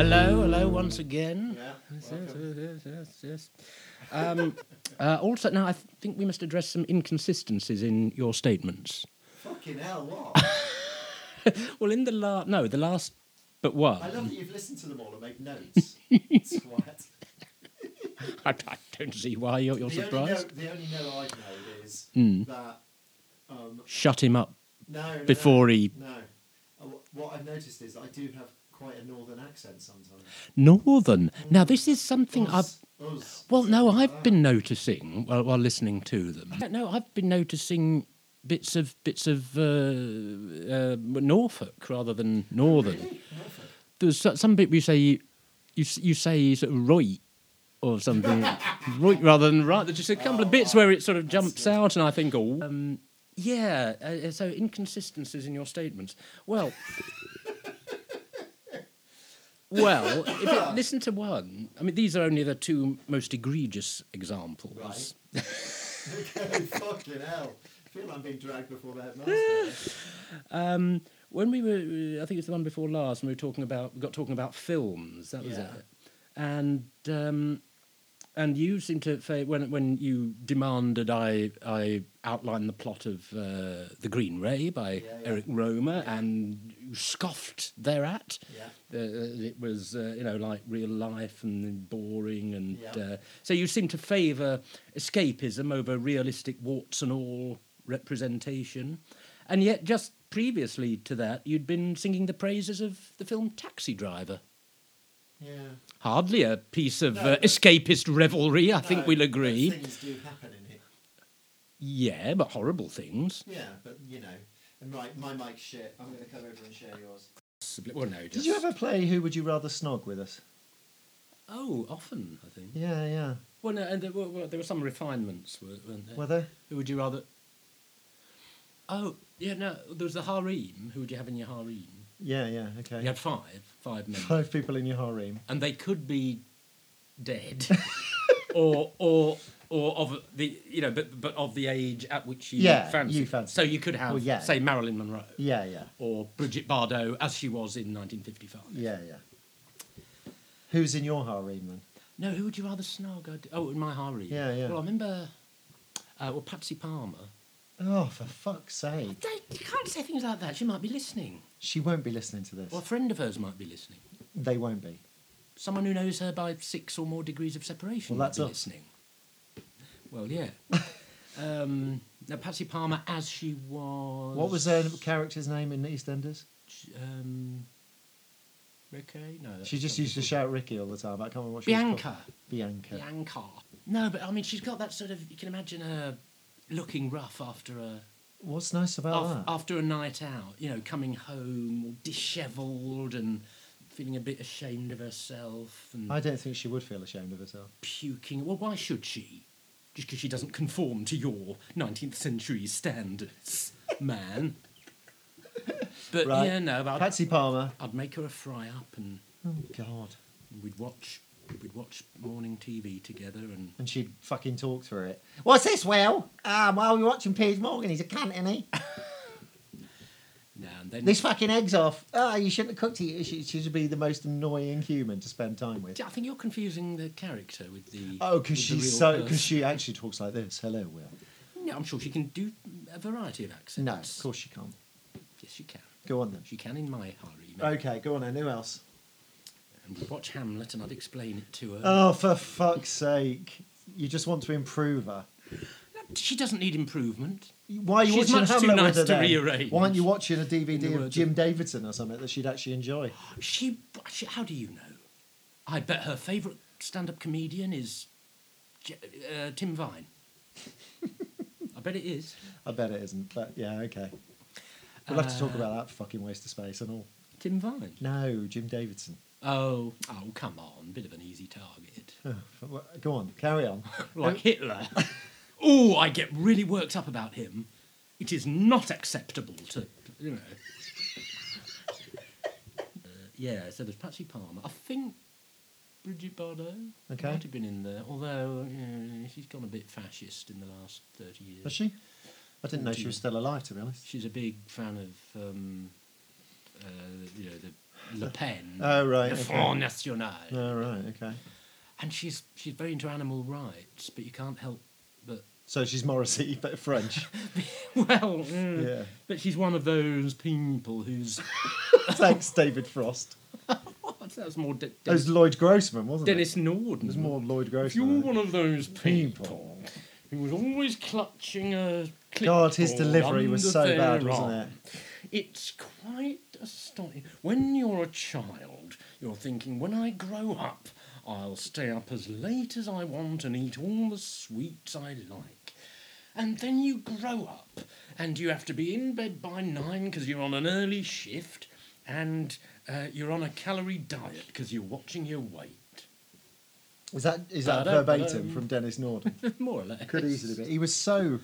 Hello, hello once again. Yeah, Yes, yes, yes, yes, yes. Um, uh, also, now I th- think we must address some inconsistencies in your statements. Fucking hell, what? Well, in the last, no, the last, but what? I love that you've listened to them all and made notes. Swat. I, I don't see why you're, you're The only, no, surprised. Hmm. the only no I've made is that um, Shut him up. no, no, Before no, he- no. Uh, wh- What I've noticed is I do have quite a northern accent sometimes. Northern. Now, this is something I've. Us, us. Well, no, something like I've that. been noticing while, while listening to them. No, I've been noticing bits of bits of uh, uh, Norfolk rather than Northern. There's so- some bit where you say you s- you say sort of right or something, right rather than right. There's just a couple of bits where it sort of jumps out, and I think, oh, um, yeah. Uh, so inconsistencies in your statements. Well. Well, if you listen to one, I mean, these are only the two most egregious examples. Right. Okay, fucking hell. I feel like I'm being dragged before that master. Um, when we were, I think it was the one before last, when we were talking about, we got talking about films. That was Yeah. it. And um, and you seem to fa- when when you demanded I I outline the plot of uh, the Green Ray by Yeah, yeah. Eric Romer, and you scoffed thereat. Yeah. Uh, it was uh, you know like real life and boring, and Yeah. uh, so you seem to favour escapism over realistic warts and all representation, and yet just previously to that you'd been singing the praises of the film Taxi Driver. yeah. Hardly a piece of No, uh, but- escapist revelry, I No, think we'll but agree. Things do happen in it. Yeah, but horrible things. Yeah, but you know. And right, my mic's shit. I'm going to come over and share yours. Well, no, just... Did you ever play Who Would You Rather Snog with us? Oh, often I think. Yeah, yeah. Well, no, and there were, were- there were some refinements, weren't weren't there? Were there? Who would you rather? Oh, yeah, no, there was the harem. Who would you have in your harem? Yeah, yeah, okay. You had five, five men, Five people in your harem. and they could be dead, or or or of the you know, but but of the age at which you Yeah, fancy. you fancy. So you could have, Well, yeah. say, Marilyn Monroe Yeah, yeah, or Bridget Bardot as she was in 1955. yeah, yeah. Who's in your harem then? No, who would you rather snog? I'd- Oh, in my harem. Yeah, yeah. Well, I remember. Uh, well, Patsy Palmer. Oh, for fuck's sake. Don't, you can't say things like that. She might be listening, She won't be listening to this. or a friend of hers might be listening. They won't be. someone who knows her by six or more degrees of separation Well, well, that's that's be us. listening. Well, yeah. um, now, Patsy Palmer, as she was. What was her character's name in EastEnders? Um, okay, no. that's She just not- used to shout Ricky all the time. I can't remember what she was called. Bianca. Bianca. Bianca. No, but I mean, she's got that sort of. You can imagine her looking rough after a What's nice about af- that? after a night out. You know, coming home all dishevelled and feeling a bit ashamed of herself. And I don't think she would feel ashamed of herself. puking. Well, why should she? Just because she doesn't conform to your 19th century standards, man. But Right. yeah, no, I'd, Patsy Palmer. I'd make her a fry up and Oh God. we'd watch we'd watch morning TV together and And she'd fucking talk through it. What's this, Will? Um, well, we're watching Piers Morgan. He's a cunt, isn't he? now and then. This fucking egg's off. Ah, you shouldn't have cooked it. She, she should be the most annoying human to spend time with. I think you're confusing the character with the. Oh, with because the she's real so. Because person. she actually talks like this. Hello, Will. No, I'm sure she can do a variety of accents. No, of course she can't. Yes, she can. Go on then. She can in my harem. Okay, go on then. Who else? And we'd watch Hamlet and I'd explain it to her. Oh, for fuck's sake! You just want to improve her. she doesn't need improvement. Why are you She's watching much too Hamlet with nice her to then? rearrange. Why aren't you watching a In the DVD of words Jim of- Davidson or something that she'd actually enjoy? She, she how do you know? I bet her favourite stand-up comedian is J- uh, Tim Vine. I bet it is. I bet it isn't. But yeah, okay. We'll have to talk about that fucking waste of space and all. Tim Vine. No, Jim Davidson. Oh, oh, come on, bit of an easy target. Oh, well, go on, carry on. Like Hitler. oh, I get really worked up about him. It is not acceptable to, you know. Uh, yeah, so there's Patsy Palmer. I think Bridget Bardot Okay. might have been in there, although uh, she's gone a bit fascist in the last 30 years. Was Oh, she? I didn't know she was still alive, to be honest. She's a big fan of, um, uh, you know, the Le Pen, Oh, right. the Okay. Front National, Oh, right. Okay. and she's she's very into animal rights, but you can't help but So she's Morrissey, but French. well, mm, Yeah. but she's one of those people who's oh, Thanks, David Frost. what? That was more De- That was Dennis, Lloyd Grossman, wasn't Dennis it? It Norden. was more Lloyd if you're Grossman. I think. one of those people People. who was always clutching a God, his clipboard delivery was so under their bad, wasn't arm. it? It's quite astonishing. When you're a child, you're thinking, when I grow up, I'll stay up as late as I want and eat all the sweets I like. And then you grow up and you have to be in bed by nine because you're on an early shift and uh, you're on a calorie diet because you're watching your weight. Is that is that Ba-da-ba-dum. verbatim from Dennis Norden? More or less. Could easily be. He was so.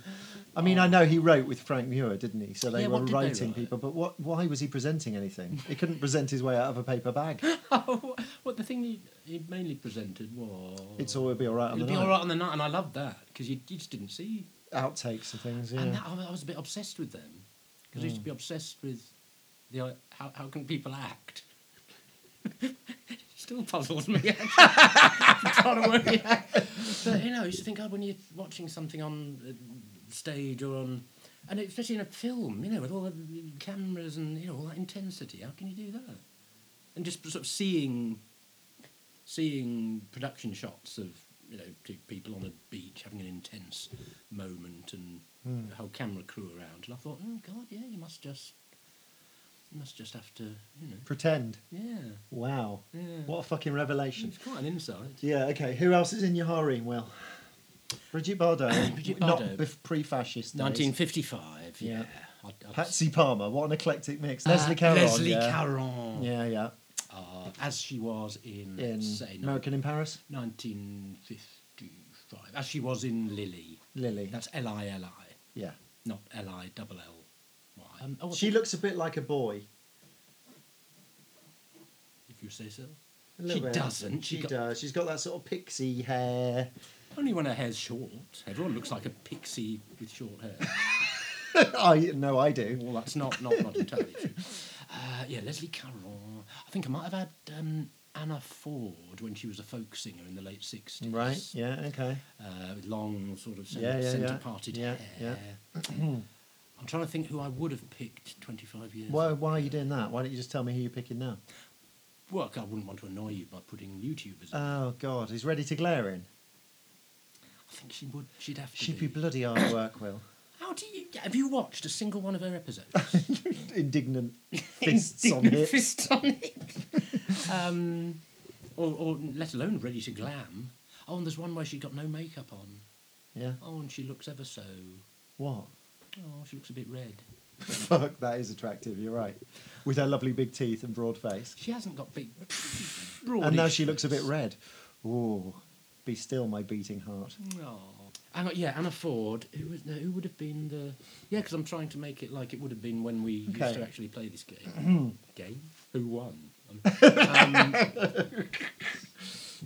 I mean, I know he wrote with Frank Muir, didn't he? So they Yeah, were what did they writing write? people, but what? Why was he presenting anything? He couldn't present his way out of a paper bag. Oh, what the thing he, he mainly presented was. It's all it'll be all right on It'll the be night. all right on the night, and I loved that because you, you just didn't see. Outtakes and things. Yeah. Hmm. And that, I, I was a bit obsessed with them because I used to be obsessed with the i- how how can people act. Still puzzles me. actually. Trying to work it out. But you know, I used to think, oh, when you're watching something on uh, stage or on, and especially in a film, you know, with all the cameras and you know all that intensity, how can you do that? And just sort of seeing, seeing production shots of you know two people on a beach having an intense moment and Hmm. the whole camera crew around, and I thought, oh God, yeah, you must just, you must just have to, you know, Pretend. yeah, Wow. Yeah. What a fucking revelation. it's quite an insight. Yeah. Okay. Who else is in your harem? Well, Bridget Bardot. Brigitte Not Bardot. bef- pre-fascist. days. 1955. Yeah. Yeah. I- I was- Patsy Palmer. What an eclectic mix. Uh, Leslie Caron. Leslie yeah. Caron. Yeah. Yeah. Uh, as she was in, In say, American in Paris. 1955. As she was in Lily. Lily. That's L I L I, Yeah. not L I double L Y. Um, oh, She looks a bit like a boy. If you say so. A little She bit. doesn't. She, She got- does. She's got that sort of pixie hair. Only when her hair's short. Everyone looks like a pixie with short hair. I no, I do. Well, that's not, not, not entirely true. Uh, yeah, Leslie Caron. I think I might have had um, Anna Ford when she was a folk singer in the late 60s. Right. Yeah. Okay. uh, with long sort of Yeah, centre, yeah, yeah. parted Yeah, hair. I'm trying to think who I would have picked 25 years. Why, why are you doing that? Why don't you just tell me who you're picking now? Well, I wouldn't want to annoy you by putting YouTubers. in. Oh God, he's ready to glare in. I think she would. She'd have to. She'd be. be bloody hard work, Will. How do you? Have you watched a single one of her episodes? Indignant fists on Indignant hips. Fist on it. um, or, or let alone ready to glam. Oh, and there's one where she got no makeup on. Yeah. Oh, and she looks ever so. What? Oh, she looks a bit red. Fuck, that is attractive. You're right. With her lovely big teeth and broad face, She hasn't got big. broad and now she looks a bit red. Ooh, be still, my beating heart. Oh. Anna, yeah, Anna Ford. Who, was, no, who would have been the? Yeah, because I'm trying to make it like it would have been when we Okay. used to actually play this game. game. Who won? Um,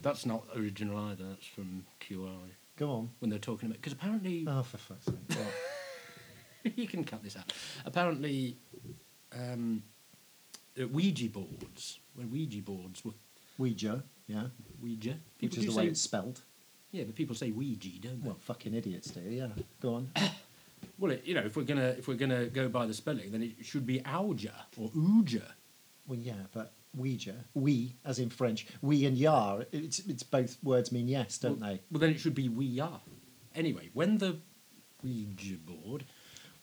that's not original either. That's from QI Go on. when they're talking about because apparently Oh, for fuck's sake. What? you can cut this out. Apparently, um, uh, Ouija boards when Ouija boards were Ouija. Yeah. Ouija. Which People is do the way say- it's spelled. yeah, but people say Ouija, don't they? Well, fucking idiots do. Yeah. Go on. Well, it, you know, if we're gonna if we're gonna go by the spelling, then it should be Auja or Ouja. Well, yeah, but Ouija, we as in French, we and yar, it's, it's both words mean yes, don't well, they? Well, then it should be we are. Anyway, when the Ouija board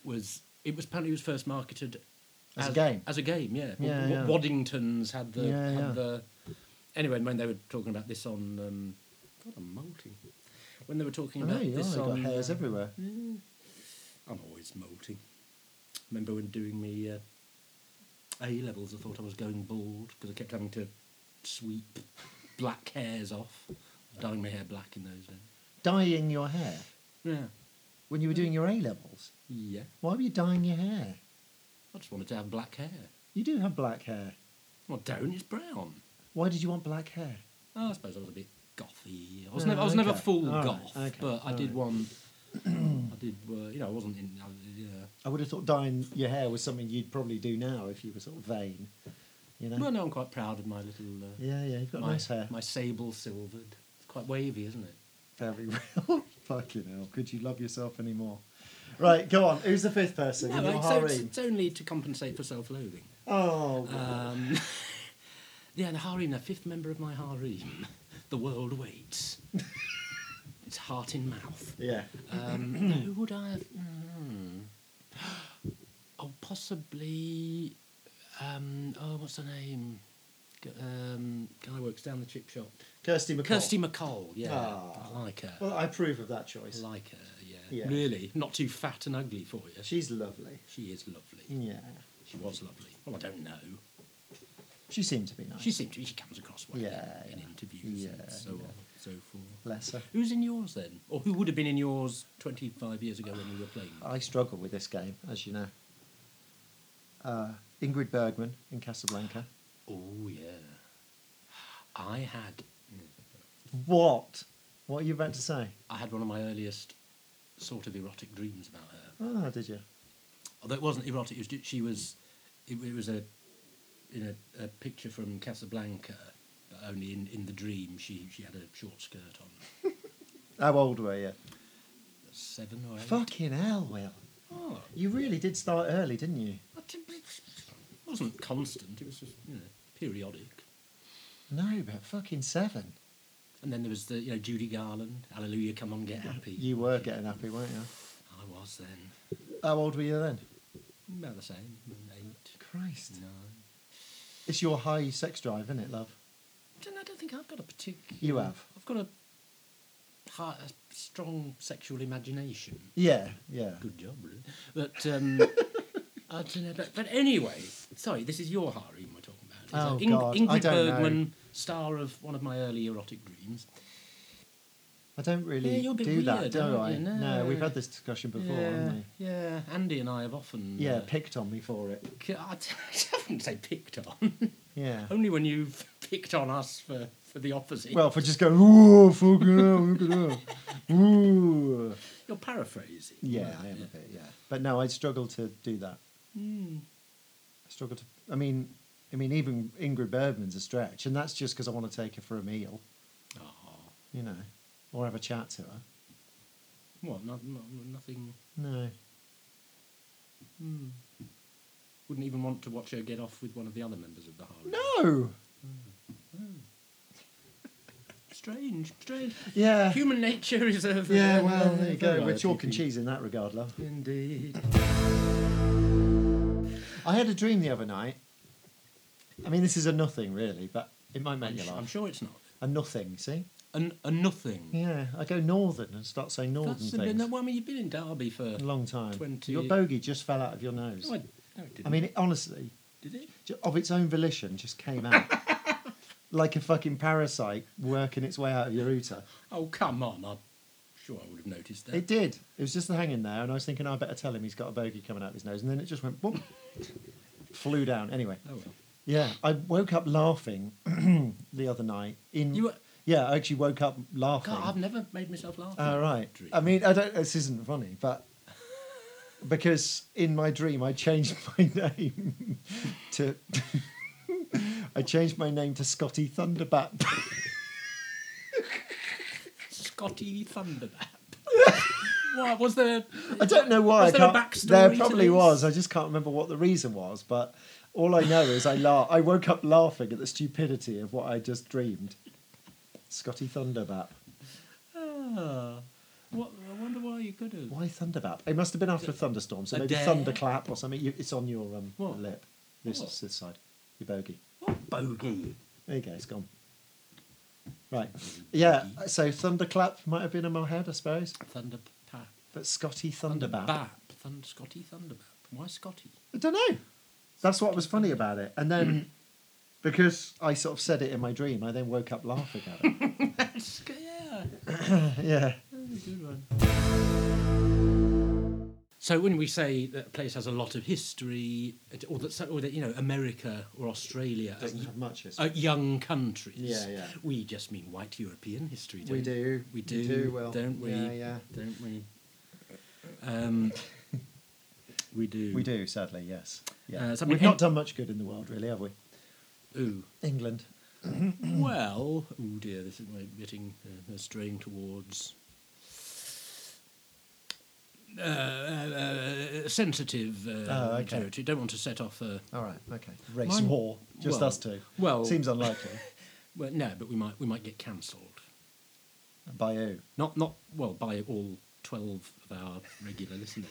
was, it was apparently it was first marketed As a game. As a game, yeah. Yeah, W- yeah. Waddingtons had the Yeah, had yeah. the. Anyway, when they were talking about this on, um, God, I'm molting. When they were talking I about know you this are. on, Got hairs uh, everywhere. I'm always molting. Remember when doing me uh, A levels, I thought I was going bald because I kept having to sweep black hairs off, dyeing my hair black in those days. Dyeing your hair Yeah, when you were doing your A levels. yeah. Why were you dyeing your hair? I just wanted to have black hair. You do have black hair. Well, I don't. It's brown. Why did you want black hair? Oh, I suppose I was a bit gothy. I was Ah, never, I was never okay. full All right, goth, okay, but I all did right. want. I did. Uh, you know, I wasn't in. I, yeah. I would have thought dyeing your hair was something you'd probably do now if you were sort of vain. You you know. Well, no, I'm quite proud of my little. Uh, yeah, yeah, you've got my, nice hair. My sable silvered. It's quite wavy, isn't it? Very real. Fucking hell, could you love yourself anymore? Right, go on. Who's the fifth person? in your like, so it's, harem? it's only to compensate for self-loathing. Oh, God. Um, yeah, the harem, the fifth member of my harem. The world waits. it's heart in mouth. yeah. Um, who would I have? Mm. Oh, possibly. Um, oh, what's her name? G- Um, guy works down the chip shop. Kirsty McCall. Kirsty McColl. Yeah, Ah. I like her. Well, I approve of that I choice. like her. Yeah. Yeah. really not too fat and ugly for you. She, She's lovely. is lovely. Yeah. She was lovely. Well, I don't know. She seemed to be nice. She seems to. She comes across well Yeah, in, in yeah. interviews Yeah, and so yeah. on, so forth. Bless her. Who's in yours then, or who would have been in yours twenty-five years ago when you were playing? I struggle with this game, as you know. Uh, Ingrid Bergman in Casablanca. Oh yeah, I had What? What are you about to say? I had one of my earliest sort of erotic dreams about her. Oh, did you? Although it wasn't erotic, it was ju- she was it, it was a in a, a picture from Casablanca, but only in, in the dream she she had a short skirt on, How old were you? seven or eight. Fucking hell, Will. Oh, You really did start early, didn't you? I didn't- it wasn't constant. It was just you know periodic. No, but fucking seven. And then there was the you know Judy Garland, Hallelujah, Come On, Get Happy. You were getting happy, weren't you? I was then How old were you then? about the same, eight, Christ. nine. It's your high sex drive, isn't it, love? don't, I don't think I've got a particular. You have. I've got a, hi- a strong sexual imagination. Yeah, yeah. Good job, really. But um, I don't know. But, but anyway, sorry, this is your harem we're talking about. It's, uh, Oh, Ing- God, I Ingrid don't know. Bergman, star of one of my early erotic dreams. I don't really Yeah, you're a bit do that, weird, do aren't I? you? No. No. we've had this discussion before, yeah, haven't we? yeah. Andy and I have often. Yeah, uh, picked on me for it. c- I d- I wouldn't say picked on. Yeah. Only when you've picked on us for, for the opposite. Well, for just going, ooh, fucking hell, look at that. Ooh. you're paraphrasing. Yeah, aren't I am you? a bit, yeah. But no, I struggle to do that. Mm. I struggle to, I mean, I mean, even Ingrid Bergman's a stretch, and that's just because I want to take her for a meal, Oh. you know, or have a chat to her. What? Not, not, nothing. No. Wouldn't even want to watch her get off with one of the other members of the harem. No! Strange, strange. Yeah. Human nature is a. Yeah, a- well, a there you go. We're variety chalk thing. and cheese in that regard, love. Indeed. I had a dream the other night. I mean, this is a nothing, really, but it might make I'm, you su- I'm laugh. sure it's not. A nothing, see? An, a nothing. Yeah, I go northern and start saying northern That's a, things. no, well, I mean, you've been in Derby for. a long time. 20 Your bogey just fell out of your nose. No, I, no, it didn't. I mean, it honestly, did it? ju- of its own volition, just came out like a fucking parasite working its way out of your uter. Oh, come on. I'm sure I would have noticed that. It did. It was just hanging there, and I was thinking, I better tell him he's got a bogey coming out of his nose, and then it just went boom, flew down. Anyway, Oh, well. yeah, I woke up laughing the other night. In You were- yeah, I actually woke up laughing. God, I've never made myself laugh. in All a right. dream. I mean, I don't. This isn't funny, but because in my dream I changed my name to. I changed my name to Scotty Thunderbat. Scotty Thunderbap. what was there? I don't know why. Was I there a can't- backstory There to probably this? was. I just can't remember what the reason was, but all I know is I la- I woke up laughing at the stupidity of what I just dreamed. Scotty Thunderbat. Ah, what, I wonder why you could have. Why Thunderbat? It must have been after a thunderstorm, so A maybe dare? thunderclap or something. You, it's on your um, What? lip. This, What? this side. Your bogey. What bogey? There you go, it's gone. Right. Yeah, Bogey. so Thunderclap might have been in my head, I suppose. Thunder pa- But Scotty Thunderbat. Bap. Thund- Scotty Thunderbap. Why Scotty? I don't know. That's what was funny about it. And then because I sort of said it in my dream, I then woke up laughing at it. That's g- yeah. yeah. That's a good one. So when we say that a place has a lot of history, it- or that, so- or that you know America or Australia are, Doesn't have much history. are young countries, Yeah, yeah. we just mean white European history. Don't we do. We do. well, don't we? Yeah, yeah. Don't we? Um, we do. We do, sadly, yes. Yeah. Uh, so I mean, We've not en- done much good in the world, really, have we? Ooh. England. well, oh dear, this is like getting uh, uh, straying towards uh, uh, uh, sensitive uh, Oh, okay. territory. Don't want to set off a. All right, okay. Race Mine- war, just well, us two. well- seems unlikely. Well, no, but we might we might get cancelled. By who? Not not well by all twelve of our regular listeners.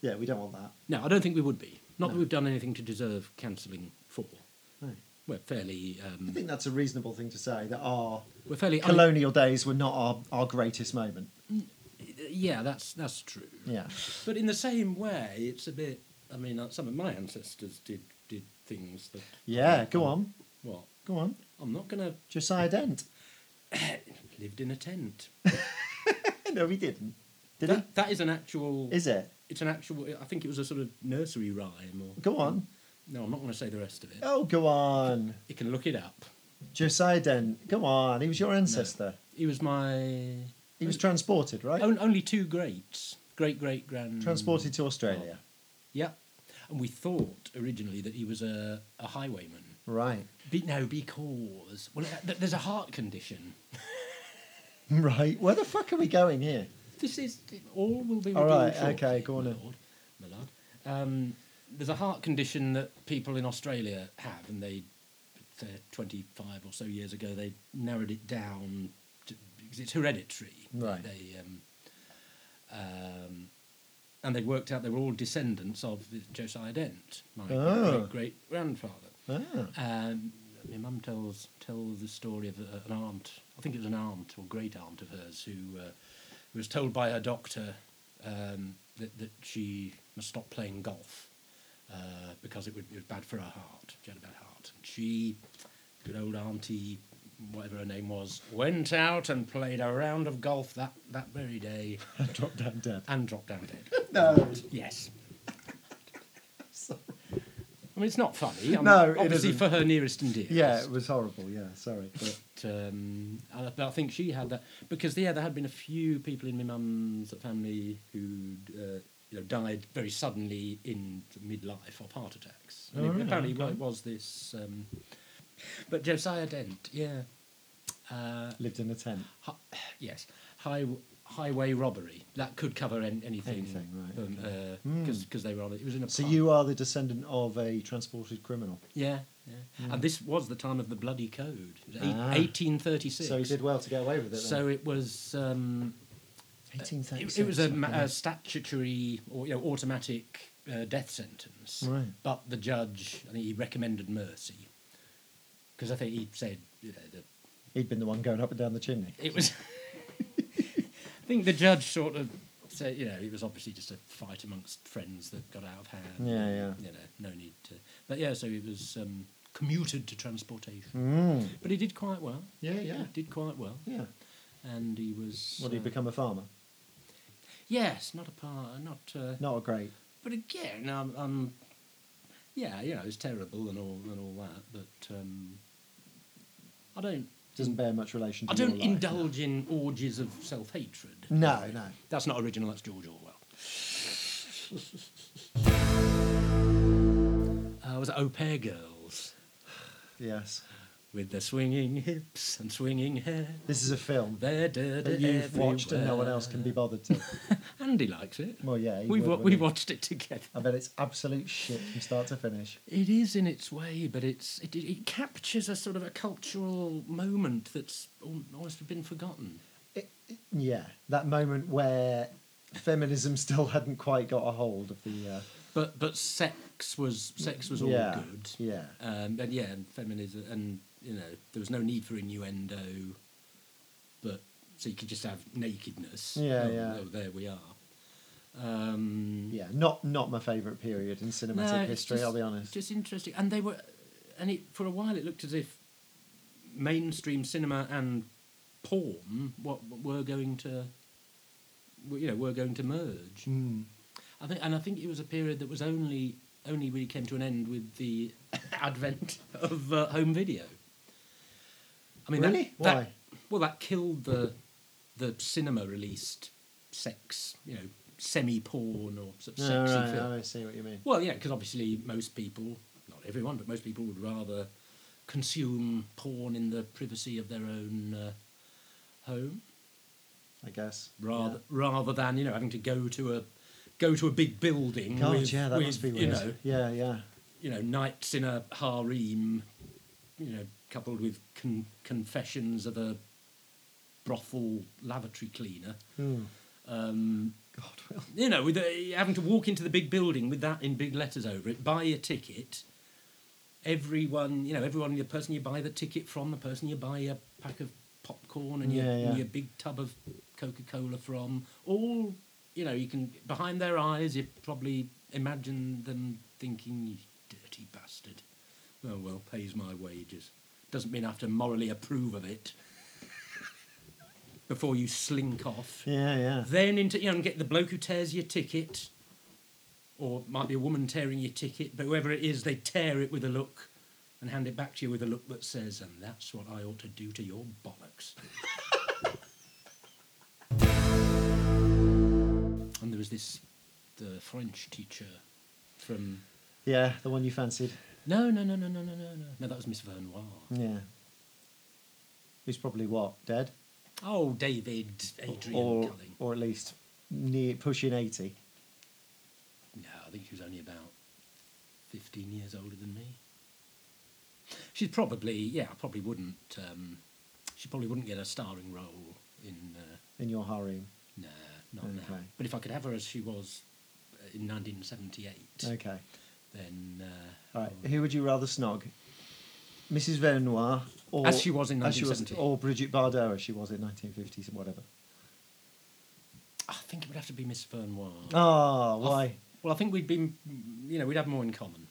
Yeah, we don't want that. no, I don't think we would be. Not that No. we've done anything to deserve cancelling for. No. We're fairly I um, think that's a reasonable thing to say that our we're fairly un- colonial days were not our, our greatest moment. yeah, that's that's true. Yeah. But in the same way, it's a bit. I mean, uh, some of my ancestors did did things that. Yeah, go on. What? Go on. I'm not gonna eh, Josiah Dent. lived in a tent. No, he didn't. Did that, that is an actual. he? Is it? it's an actual. I think it was a sort of nursery rhyme. Or Go on. no, I'm not gonna say the rest of it. Oh, go on. You can look it up. Josiah Dent. Go on. He was your ancestor. He was my He was transported, right? on, only two greats, great great grand. transported to Australia. Yeah, and we thought originally that he was a, a highwayman. Right. Be, no, because well, th- there's a heart condition. Right. Where the fuck are we going here? This is all will be All revealed right, shortly, okay, go on my then. lord, my lord. Um, there's a heart condition that people in Australia have, and they, uh, 25 or so years ago, they narrowed it down to, because it's hereditary. Right. They, um, um, and they worked out they were all descendants of Josiah Dent, my Oh. great great grandfather. Ah. Um, my mum tells tells the story of a, an aunt. I think it was an aunt or great aunt of hers who, uh, who was told by her doctor um, that that she must stop playing golf uh, because it, would, it was bad for her heart. She had a bad heart. And she, good old auntie, whatever her name was, went out and played a round of golf that, that very day Drop down dead. and dropped down dead. No. Yes. I mean, it's not funny. I mean, No, it obviously isn't. for her nearest and dearest. Yeah, it was horrible. Yeah, sorry. But, um, and I, but I think she had that because yeah, there had been a few people in my mum's family who uh, you know died very suddenly in midlife of heart attacks. And Oh, it- really? apparently, well, it was this. Um, but Josiah Dent, yeah, uh, Lived in a tent. hi, yes, high, highway robbery that could cover an, anything, Anything, right, Because Mm. they were on it. It was in a So pub. you are the descendant of a transported criminal. Yeah, yeah. And this was the time of the bloody code, It was eight- Mm. Ah. 1836. So he did well to get away with it. Then. So it was um, it, 1836. it was a, ma- fucking a hell. statutory or you know automatic uh, death sentence. Right. But the judge, I think he recommended mercy because I think he said you know, that He'd been the one going up and down the chimney. it was. I think the judge sort of said, you know, it was obviously just a fight amongst friends that got out of hand. Yeah, yeah. You know, no need to. But yeah, so he was um, commuted to transportation. Mm. But he did quite well. Yeah, yeah. He did quite well. Yeah. And he was. Well, he'd uh, become a farmer. Yes, not a part, not. Uh, Not a great. But again, um, um, yeah, you know, it's terrible and all and all that. But um, I don't. Doesn't bear much relation Mm. to I don't your life. indulge in orgies of self hatred. No, no. That's not original. That's George Orwell. uh, was it Au Pair Girls Yes. with their swinging hips and swinging hair? This is a film They're dirty that you've watched and no one else can be bothered to. Andy likes it. Well, yeah. he we would, wa- wouldn't we he? watched it together. I bet it's absolute shit from start to finish. It is in its way, but it's it, it captures a sort of a cultural moment that's al- almost been forgotten. It, it- yeah, that moment where feminism still hadn't quite got a hold of the. Uh, But but sex was sex was all yeah, good. Yeah. Um, and yeah, and feminism, and you know, there was no need for innuendo, but so you could just have nakedness. Yeah, oh, yeah. oh, there we are. Um, Yeah, not not my favourite period in no, cinematic it's history. just- I'll be it's honest. Just interesting, and they were, and it for a while it looked as if mainstream cinema and porn what were going to, were, you know, were going to merge. Mm. I think, and I think it was a period that was only only really came to an end with the advent of uh, home video. I mean, that- Really? that, Why? well, that killed the the cinema released sex, you know, semi porn or sort of No, sexy Oh, right, film. I see what you mean. Well, yeah, because obviously most people, not everyone, but most people would rather consume porn in the privacy of their own uh, home I guess. rather rather than you know having to go to a go to a big building. God, with, yeah, that with, must be weird. you know yeah, yeah. you know nights in a harem, you know, coupled with con- confessions of a brothel lavatory cleaner. Hmm. Um, God, Will. you know, with uh, having to walk into the big building with that in big letters over it, buy a ticket. Everyone, you know, everyone, the person you buy the ticket from, the person you buy a pack of popcorn and your, Yeah, yeah. your big tub of Coca Cola from, all, you know, you can, behind their eyes, you probably imagine them thinking, you dirty bastard. Oh, well, pays my wages. Doesn't mean I have to morally approve of it before you slink off Yeah, yeah. then into you know, and get the bloke who tears your ticket, or it might be a woman tearing your ticket, but whoever it is, they tear it with a look and hand it back to you with a look that says, "And that's what I ought to do to your bollocks." and there was this, the French teacher from. Yeah, the one you fancied. No, no, no, no, no, no, no, no. No, that was Miss Vernoir. Yeah. Who's probably what? Dead? Oh, David Adrian or, Culling. or at least near pushing 80. No, I think she was only about 15 years older than me. She's probably, yeah, I probably wouldn't, um, she probably wouldn't get a starring role in, uh, in your harem. nah, not now. Okay. But if I could have her as she was uh, in 1978, Okay. then. Uh, All right. Who would you rather snog? Mrs. Vernoir or As she was in as she was- 1970. or Bridget Bardot as she was in 1950s and whatever. I think it would have to be Miss Vernoir. Ah, why? Well, I think we'd be, you know, we'd have more in common.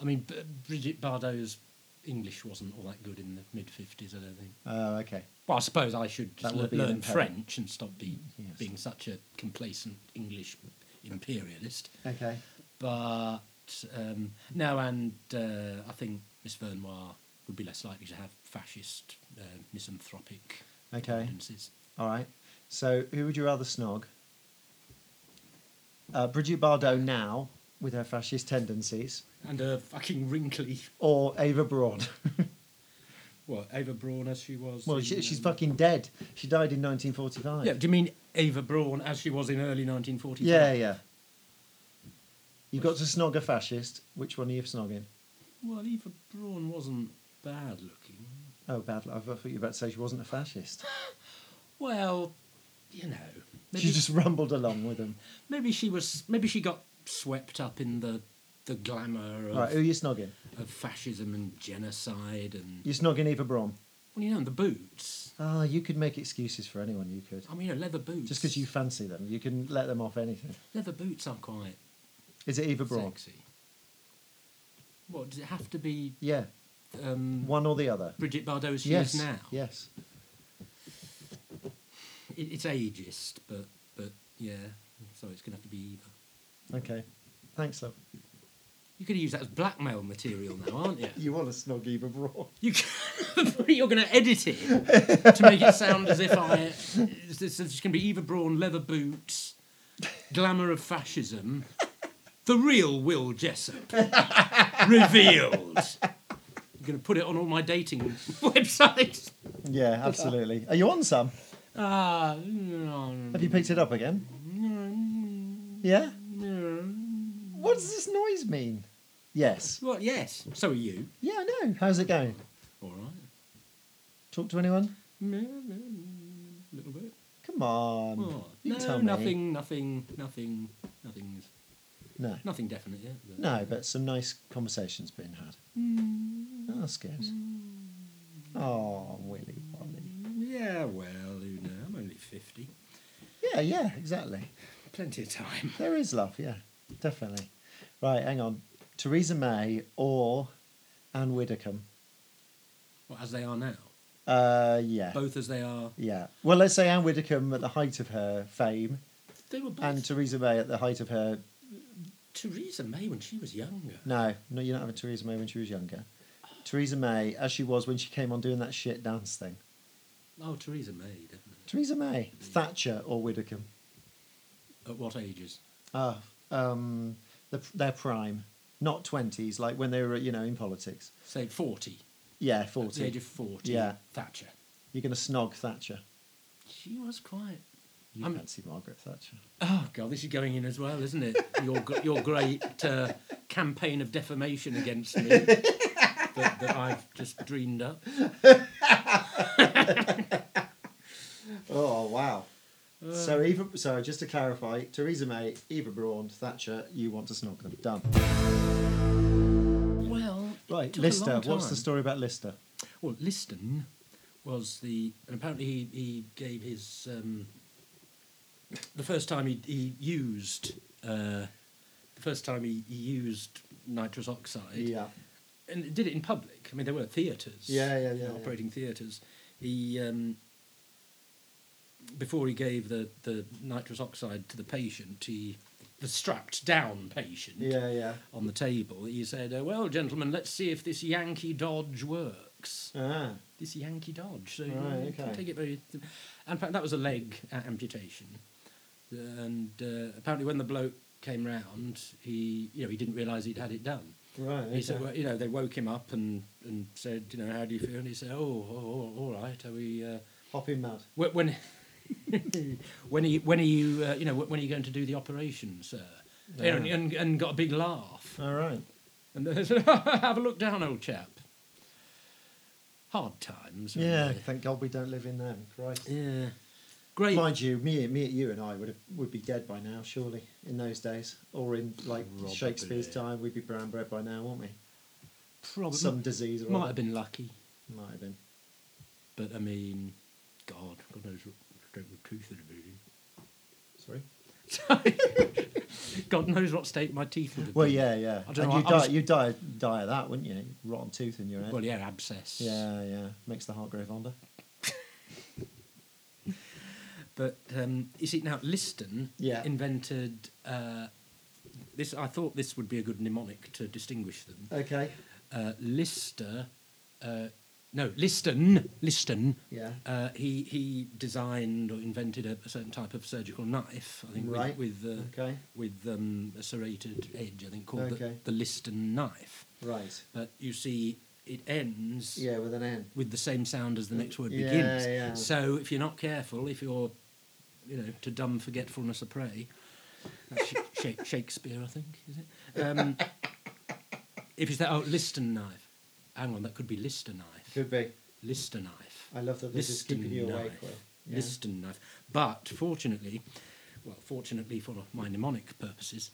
I mean, B- Bridget Bardot's English wasn't all that good in the mid 50s, I don't think. Oh, okay. Well, I suppose I should That just would le- be an learn imperative. French and stop be, Yes. being such a complacent English imperialist. Okay. But um, no, and uh, I think Miss Vernoir would be less likely to have fascist, uh, misanthropic Okay. tendencies. All right. So, who would you rather snog? Uh, Bridget Bardot now with her fascist tendencies And a fucking wrinkly, or Ava Braun? what, Ava Braun as she was. well, in, she, she's um, fucking dead. She died in 1945. Yeah, do you mean Ava Braun as she was in early 1945? Yeah, yeah. You've got to snog a fascist. Which one are you snogging? Well, Ava Braun wasn't bad looking. Oh, bad. luck. I thought you were about to say she wasn't a fascist. Well, you know. She just rumbled along with them. Maybe she was. Maybe she got swept up in the the glamour of, Right, who are you snogging? of fascism and genocide and You're snogging Eva Braun. well, you know, and the boots. Ah, you could make excuses for anyone, you could. I mean, you know, leather boots. Just because you fancy them, you can let them off anything. leather boots are quite Is it Eva Braun? sexy. What does it have to be? Yeah, Um, one or the other. Bridget Bardot as she yes. is now. Yes. It, it's ageist, but but yeah. So it's going to have to be Eva. Okay. Thanks, love. You could use that as blackmail material now, aren't you? You want to snog Eva Braun? You can, you're going to edit it to make it sound as if I. It's, it's just going to be Eva Braun, leather boots, glamour of fascism, the real Will Jessup revealed. I'm going to put it on all my dating websites. Yeah, absolutely. Are you on some? Ah, no, Have you picked it up again? no, Yeah? no. What does this noise mean? Yes. Well, yes. So are you. Yeah, I know. How's it going? All right. Talk to anyone? No, no, no, little bit. Come on. Oh, you no, tell me. nothing, nothing, nothing, nothing's No. Nothing definite yet. but- No, but some nice conversations being had. Oh, that's good. Oh, Willy Wally. Yeah, well, you know, I'm only 50. Yeah, yeah, exactly. Plenty of time. There is love, yeah, definitely. Right, hang on. Theresa May or Anne Widdecombe? Well, as they are now. Uh, yeah. Both as they are. Yeah. Well, let's say Anne Widdecombe at the height of her fame They were both. and Theresa May at the height of her. Theresa May when she was younger. No, no, you're not having Theresa May when she was younger. Theresa May as she was when she came on doing that shit dance thing. Oh, Theresa May, definitely. Theresa May, Thatcher or Widdecombe? At what ages? Uh, um, the, their prime, not twenties, like when they were, you know, in politics. Say 40. Yeah, At the forty. age of 40. Yeah. Thatcher. You're going to snog Thatcher. She was quite. You Mm-hmm. I'm- fancy Margaret Thatcher? Oh, God, this is going in as well, isn't it? Your, gr- your great uh, campaign of defamation against me that, that I've just dreamed up. Oh wow! Uh, so Eva, so just to clarify, Theresa May, Eva Braun, Thatcher, you want to snog them? Done. Well, it Right, took a Lister. long What's time. the story about Lister? Well, Liston was the, and apparently he, he gave his, um, the first time he, he used, uh, the first time he, he used nitrous oxide, Yeah, and he did it in public. I mean, there were theatres, Yeah, yeah, yeah, yeah. operating theatres. He, um, before he gave the, the nitrous oxide to the patient, he, the strapped down patient, yeah, yeah. on the table, he said, uh, well, gentlemen, let's see if this Yankee Dodge works Ah, this Yankee Dodge. So Right, you can okay. take it very. And apparently that was a leg uh, amputation, and uh, apparently when the bloke came round, he you know he didn't realise he'd had it done. right. He said, okay. well, you know, they woke him up and, and said, you know, how do you feel? And he said, oh, oh, oh all right. Are we uh, hopping mad. wh- when when he when are you uh, you know wh- when are you going to do the operation, sir? You know, and, Yeah. and, and got a big laugh. All right. And they said, have a look down, old chap. Hard times. weren't Yeah. they? Thank God we don't live in them. Christ. Yeah. Great. Mind you, me, me, you, and I would have, would be dead by now, surely, in those days, or in like Probably. Shakespeare's time, we'd be brown bread by now, wouldn't we? probably Some disease or might other. have been lucky, Might have been. but I mean, God, God knows what state my teeth would have Sorry. been in. God knows what state my teeth would have Well, been. in. yeah, yeah. I And don't know, you I die, was- you die, die of that, wouldn't you? Rotten tooth in your head. Well, yeah, abscess. yeah, yeah. Makes the heart grow fonder. But um, you see, now Liston Yeah. invented uh, this. I thought this would be a good mnemonic to distinguish them. Okay. Uh, Lister, uh, no, Liston, Liston. Yeah. Uh, he he designed or invented a, a certain type of surgical knife. I think Right. with, with uh, Okay. with um, a serrated edge, I think, called Okay. the, the Liston knife. Right. But you see, it ends Yeah, with an N. with the same sound as the next word Yeah, begins. yeah. So if you're not careful, if you're, you know, to dumb forgetfulness a prey, that's Sh- Sha- Shakespeare, I think, is it? Um, if you say, oh, Liston knife. Hang on, that could be Lister knife. Could be. Lister knife. I love that this is keeping you awake. Will. Yeah. Liston knife. But fortunately, well, fortunately for my mnemonic purposes,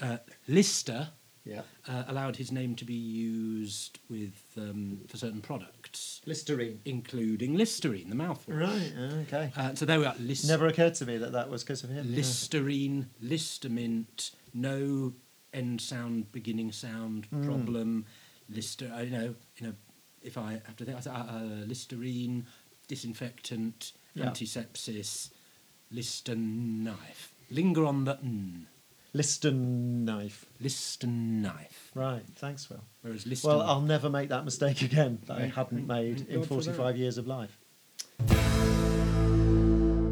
uh, Lister yeah. uh, allowed his name to be used with um, for certain products, Listerine. including Listerine, the mouthwash. Right. Okay. Uh, so there we are. Lis- Never occurred to me that that was because of him. yeah. Listerine, Listamint, no end sound, beginning sound Hmm. problem. Lister, I know, you know, if I have to think, I say, uh, uh, Listerine, disinfectant, Yeah. antisepsis, Liston knife. Linger on the n. Liston knife. Liston knife. Right. Thanks, Will. Whereas Liston. Well, I'll never make that mistake again that I Thank- hadn't made thank in God Mm-hmm. for that. 45 years of life.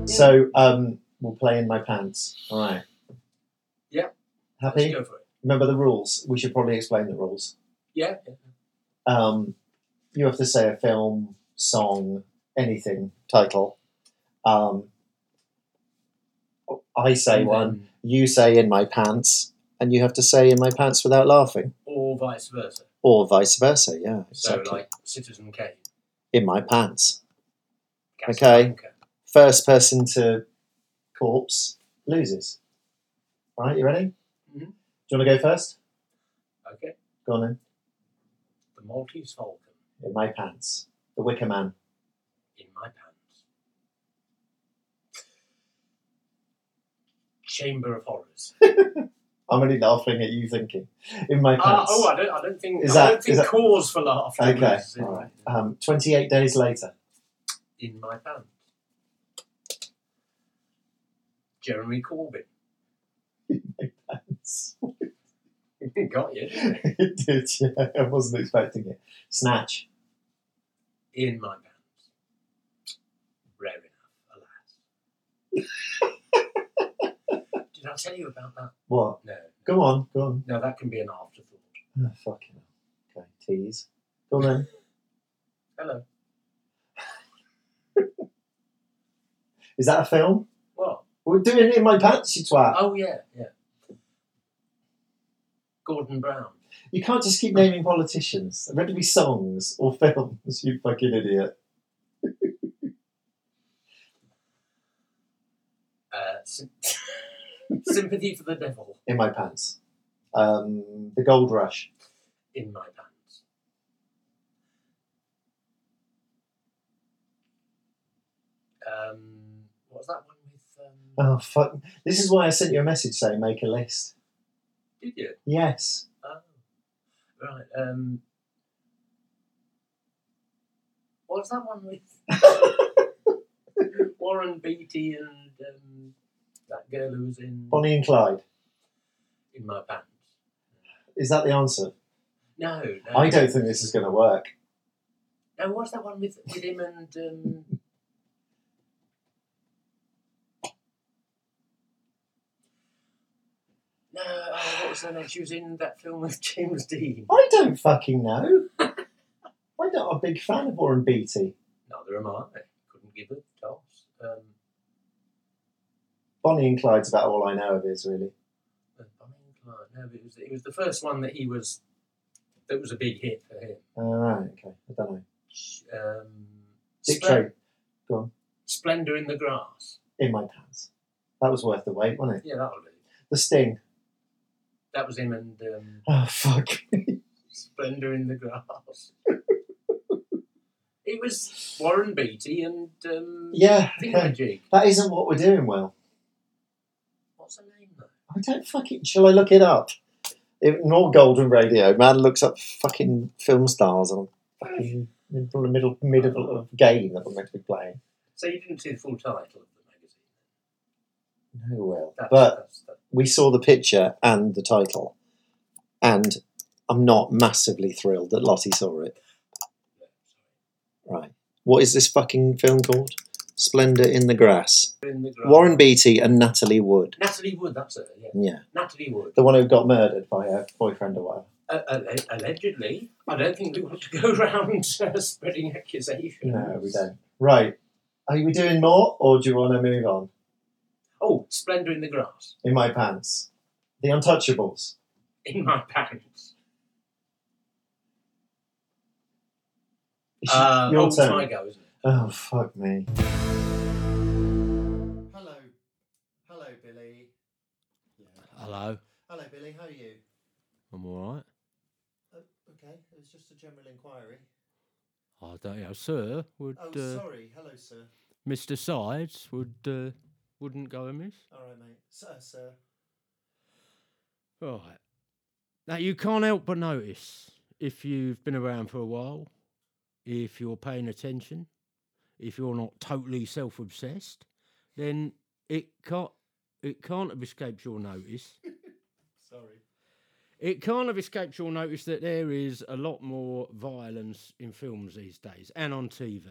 So, um, we'll play in my pants. All right. Yeah. Happy? for it. Remember the rules. We should probably explain the rules. Yeah. Um, you have to say a film, song, anything, title. Um, I say one, you say in my pants, and you have to say in my pants without laughing, Or vice versa. or vice versa. Yeah. exactly. Citizen Kane. in my pants. Okay. First person to corpse loses. All right, you ready? Do you Mhm. want to go first? Okay. Go on then. The Maltese Falcon In my pants. The Wicker Man. in my pants. Chamber of Horrors. I'm only laughing at you thinking. In my Ah, pants. oh, I don't, I don't think, Is I that- don't think is that- cause for laughter. okay. is in, All right. Um, 28 days later. in my pants. Jeremy Corbyn. Pants. Got you. didn't you? it did, yeah. I wasn't expecting it. Snatch. In my pants. Rare enough, alas. Did Did I tell you about that? What? No. Go on, go on. No, that can be an afterthought. Oh, fucking hell. Okay, tease. Go on then. Hello. Is that a film? What? We're doing it in my pants, you twat. Oh, yeah, yeah. Gordon Brown. You can't just keep naming politicians. They're meant to be songs or films, you fucking idiot. Uh, sym- sympathy for the devil In my pants. Um, the Gold Rush. in my pants. Um, what was that one with? Um, Oh, fuck. This is why I sent you a message saying make a list. did you? Yes. Oh, right. Um, what was that one with? Warren Beatty and um, that girl who was in Bonnie and Clyde. in my band. Is that the answer? No, no. I don't think this is going to work. No, what's that one with, with him and um, No, oh, what was her name? She was in that film with James Dean. I don't fucking know. I'm not a big fan of Warren Beatty. Neither am I. Couldn't give a toss. Um, Bonnie and Clyde's about all I know of his, really. but Bonnie and Clyde. No, but it was it was the first one that he was that was a big hit for him. All right, okay. I don't know. Um, Dick Splen- Tracy. Splendor in the Grass. in my pants. That was worth the wait, wasn't it? Yeah, that'll do. The Sting. That was him and um, Oh fuck. Splendor in the Grass. it was Warren Beatty and um, yeah, okay. Thingamajig. that isn't what we're doing. Well, What's her name though? I don't fucking. Shall I look it up? It, not Golden Radio. Man looks up fucking film stars on fucking middle middle middle of game that we're meant to be playing. So you didn't see the full title of the magazine. No, well, That's, but that's, that. we saw the picture and the title, and I'm not massively thrilled that Lottie saw it. Right. What is this fucking film called? Splendor in the Grass. In the Grass. Warren Beatty and Natalie Wood. Natalie Wood. That's her. Yeah, Yeah. Natalie Wood. The one who got murdered by her boyfriend or whatever. Uh, alle- allegedly, I don't think we want to go around uh, spreading accusations. No, we don't. Right. Are we doing more or do you want to move on? Oh, Splendor in the Grass. In my pants. The Untouchables. In my pants. It's Uh, your oh, it's turn. my go, isn't it? Oh, fuck me. Hello. Hello, Billy. Yeah. Hello. Hello, Billy. How are you? I'm all right. Oh, okay. It was just a general inquiry. I don't know, sir. Would Oh, uh, sorry. Hello, sir. Mr. Sides would uh, wouldn't go amiss? All right, mate. Sir, sir. Right. Now you can't help but notice if you've been around for a while, if you're paying attention, if you're not totally self-obsessed, then it can't it can't have escaped your notice. Sorry. It can't have escaped your notice that there is a lot more violence in films these days and on TV.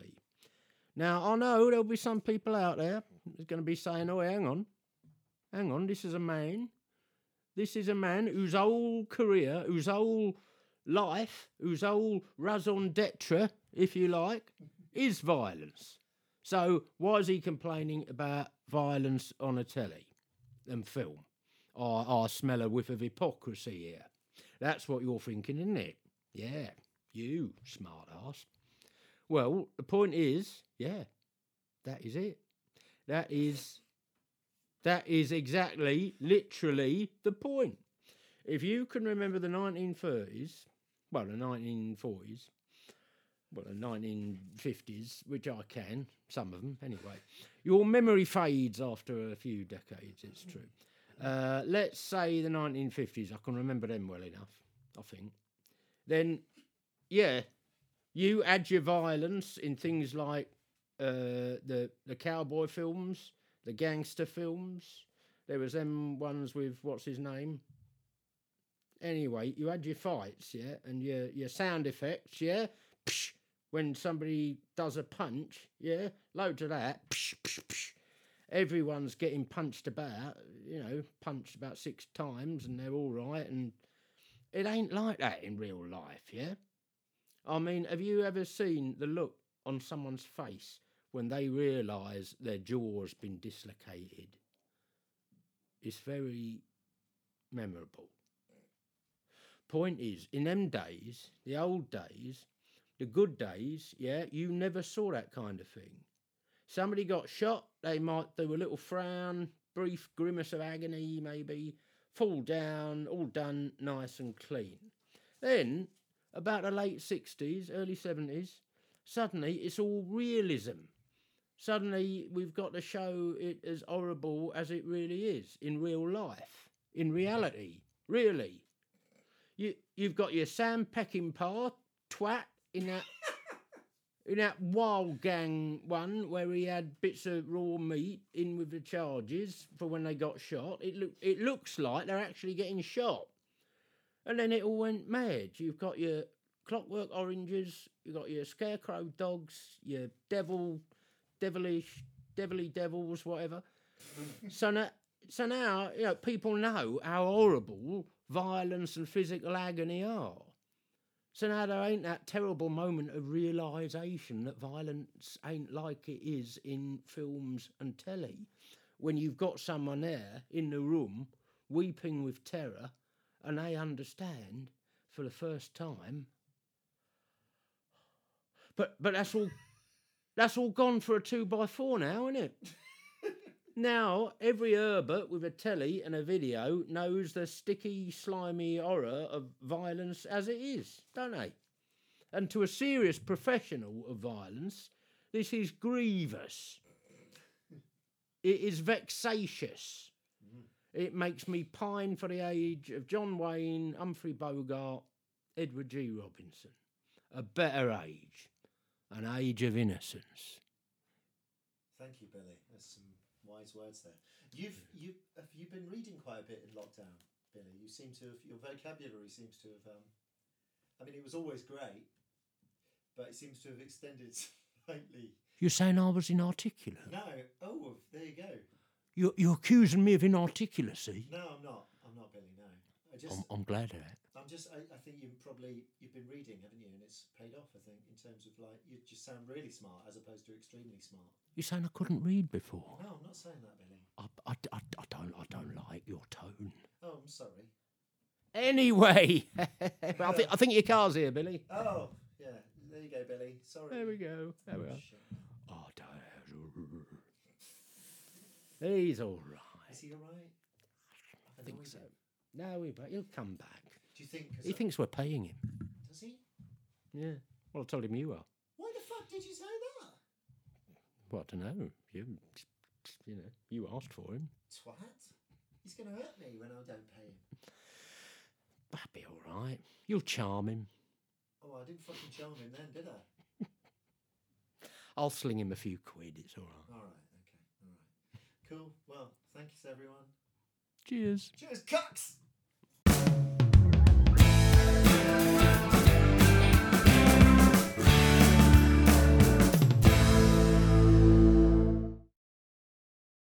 Now, I know there'll be some people out there who's going to be saying, oh, hang on, hang on, this is a man. This is a man whose whole career, whose whole life, whose whole raison d'etre, if you like, is violence. So why is he complaining about violence on a telly and film? I, I smell a whiff of hypocrisy here. That's what you're thinking, isn't it? Yeah, you smart ass. Well, the point is, yeah, that is it. That is that is exactly, literally the point. If you can remember the 1930s, well, the 1940s, well, the 1950s, which I can, some of them anyway, your memory fades after a few decades, it's true. Uh, let's say the 1950s. I can remember them well enough, I think. Then, yeah, you add your violence in things like uh, the the cowboy films, the gangster films. There was them ones with what's his name. Anyway, you had your fights, yeah, and your your sound effects, yeah. Psh, when somebody does a punch, yeah, loads of that. Psh, psh, psh. everyone's getting punched about, you know, punched about six times and they're all right. And it ain't like that in real life, yeah? I mean, have you ever seen the look on someone's face when they realise their jaw's been dislocated? It's very memorable. Point is, in them days, the old days, the good days, yeah, you never saw that kind of thing. Somebody got shot, they might do a little frown, brief grimace of agony, maybe, fall down, all done nice and clean. Then, about the late 60s, early 70s, suddenly it's all realism. Suddenly we've got to show it as horrible as it really is in real life, in reality, really. You, you've got your Sam Peckinpah twat in that in that Wild Gang one where he had bits of raw meat in with the charges for when they got shot, it look it looks like they're actually getting shot. And then it all went mad. You've got your clockwork oranges, you've got your scarecrow dogs, your devil, devilish, devilly devils, whatever. so now, so now you know people know how horrible violence and physical agony are. So now there ain't that terrible moment of realization that violence ain't like it is in films and telly, when you've got someone there in the room weeping with terror, and they understand for the first time. But but that's all that's all gone for a two by four now, isn't it? Now, every Herbert with a telly and a video knows the sticky, slimy horror of violence as it is, don't they? And to a serious professional of violence, this is grievous. It is vexatious. It makes me pine for the age of John Wayne, Humphrey Bogart, Edward G. Robinson. A better age, an age of innocence. Thank you, Billy. There's some wise words there. You've you have you been reading quite a bit in lockdown, Billy. You seem to have your vocabulary seems to have. Um, I mean, it was always great, but it seems to have extended slightly. You're saying I was inarticulate? No, oh, there you go. You're, you're accusing me of inarticulacy? No, I'm not. I'm not Billy. No, I just I'm, I'm glad of that. I'm just. I, I think you probably you've been reading, haven't you? And it's paid off. I think in terms of like you just sound really smart as opposed to extremely smart. You're saying I couldn't read before? No, I'm not saying that, Billy. I, I, I, I don't, I don't like your tone. Oh, I'm sorry. Anyway, I, think, I think your car's here, Billy. Oh, yeah. There you go, Billy. Sorry. There we go. There we are. Shit. Oh, don't. He's all right. Is he all right? I think so. No, he, but he'll come back. Do you think? 'cause He I- thinks we're paying him. Does he? Yeah. Well, I told him you are. Why the fuck did you say that? Well, I don't know. You, you know, you asked for him. Twat. He's going to hurt me when I don't pay him. That'd be all right. You'll charm him. Oh, I didn't fucking charm him then, did I? I'll sling him a few quid. It's all right. All right. Okay. All right. Cool. Well, thank you, everyone. Cheers. Cheers, cucks.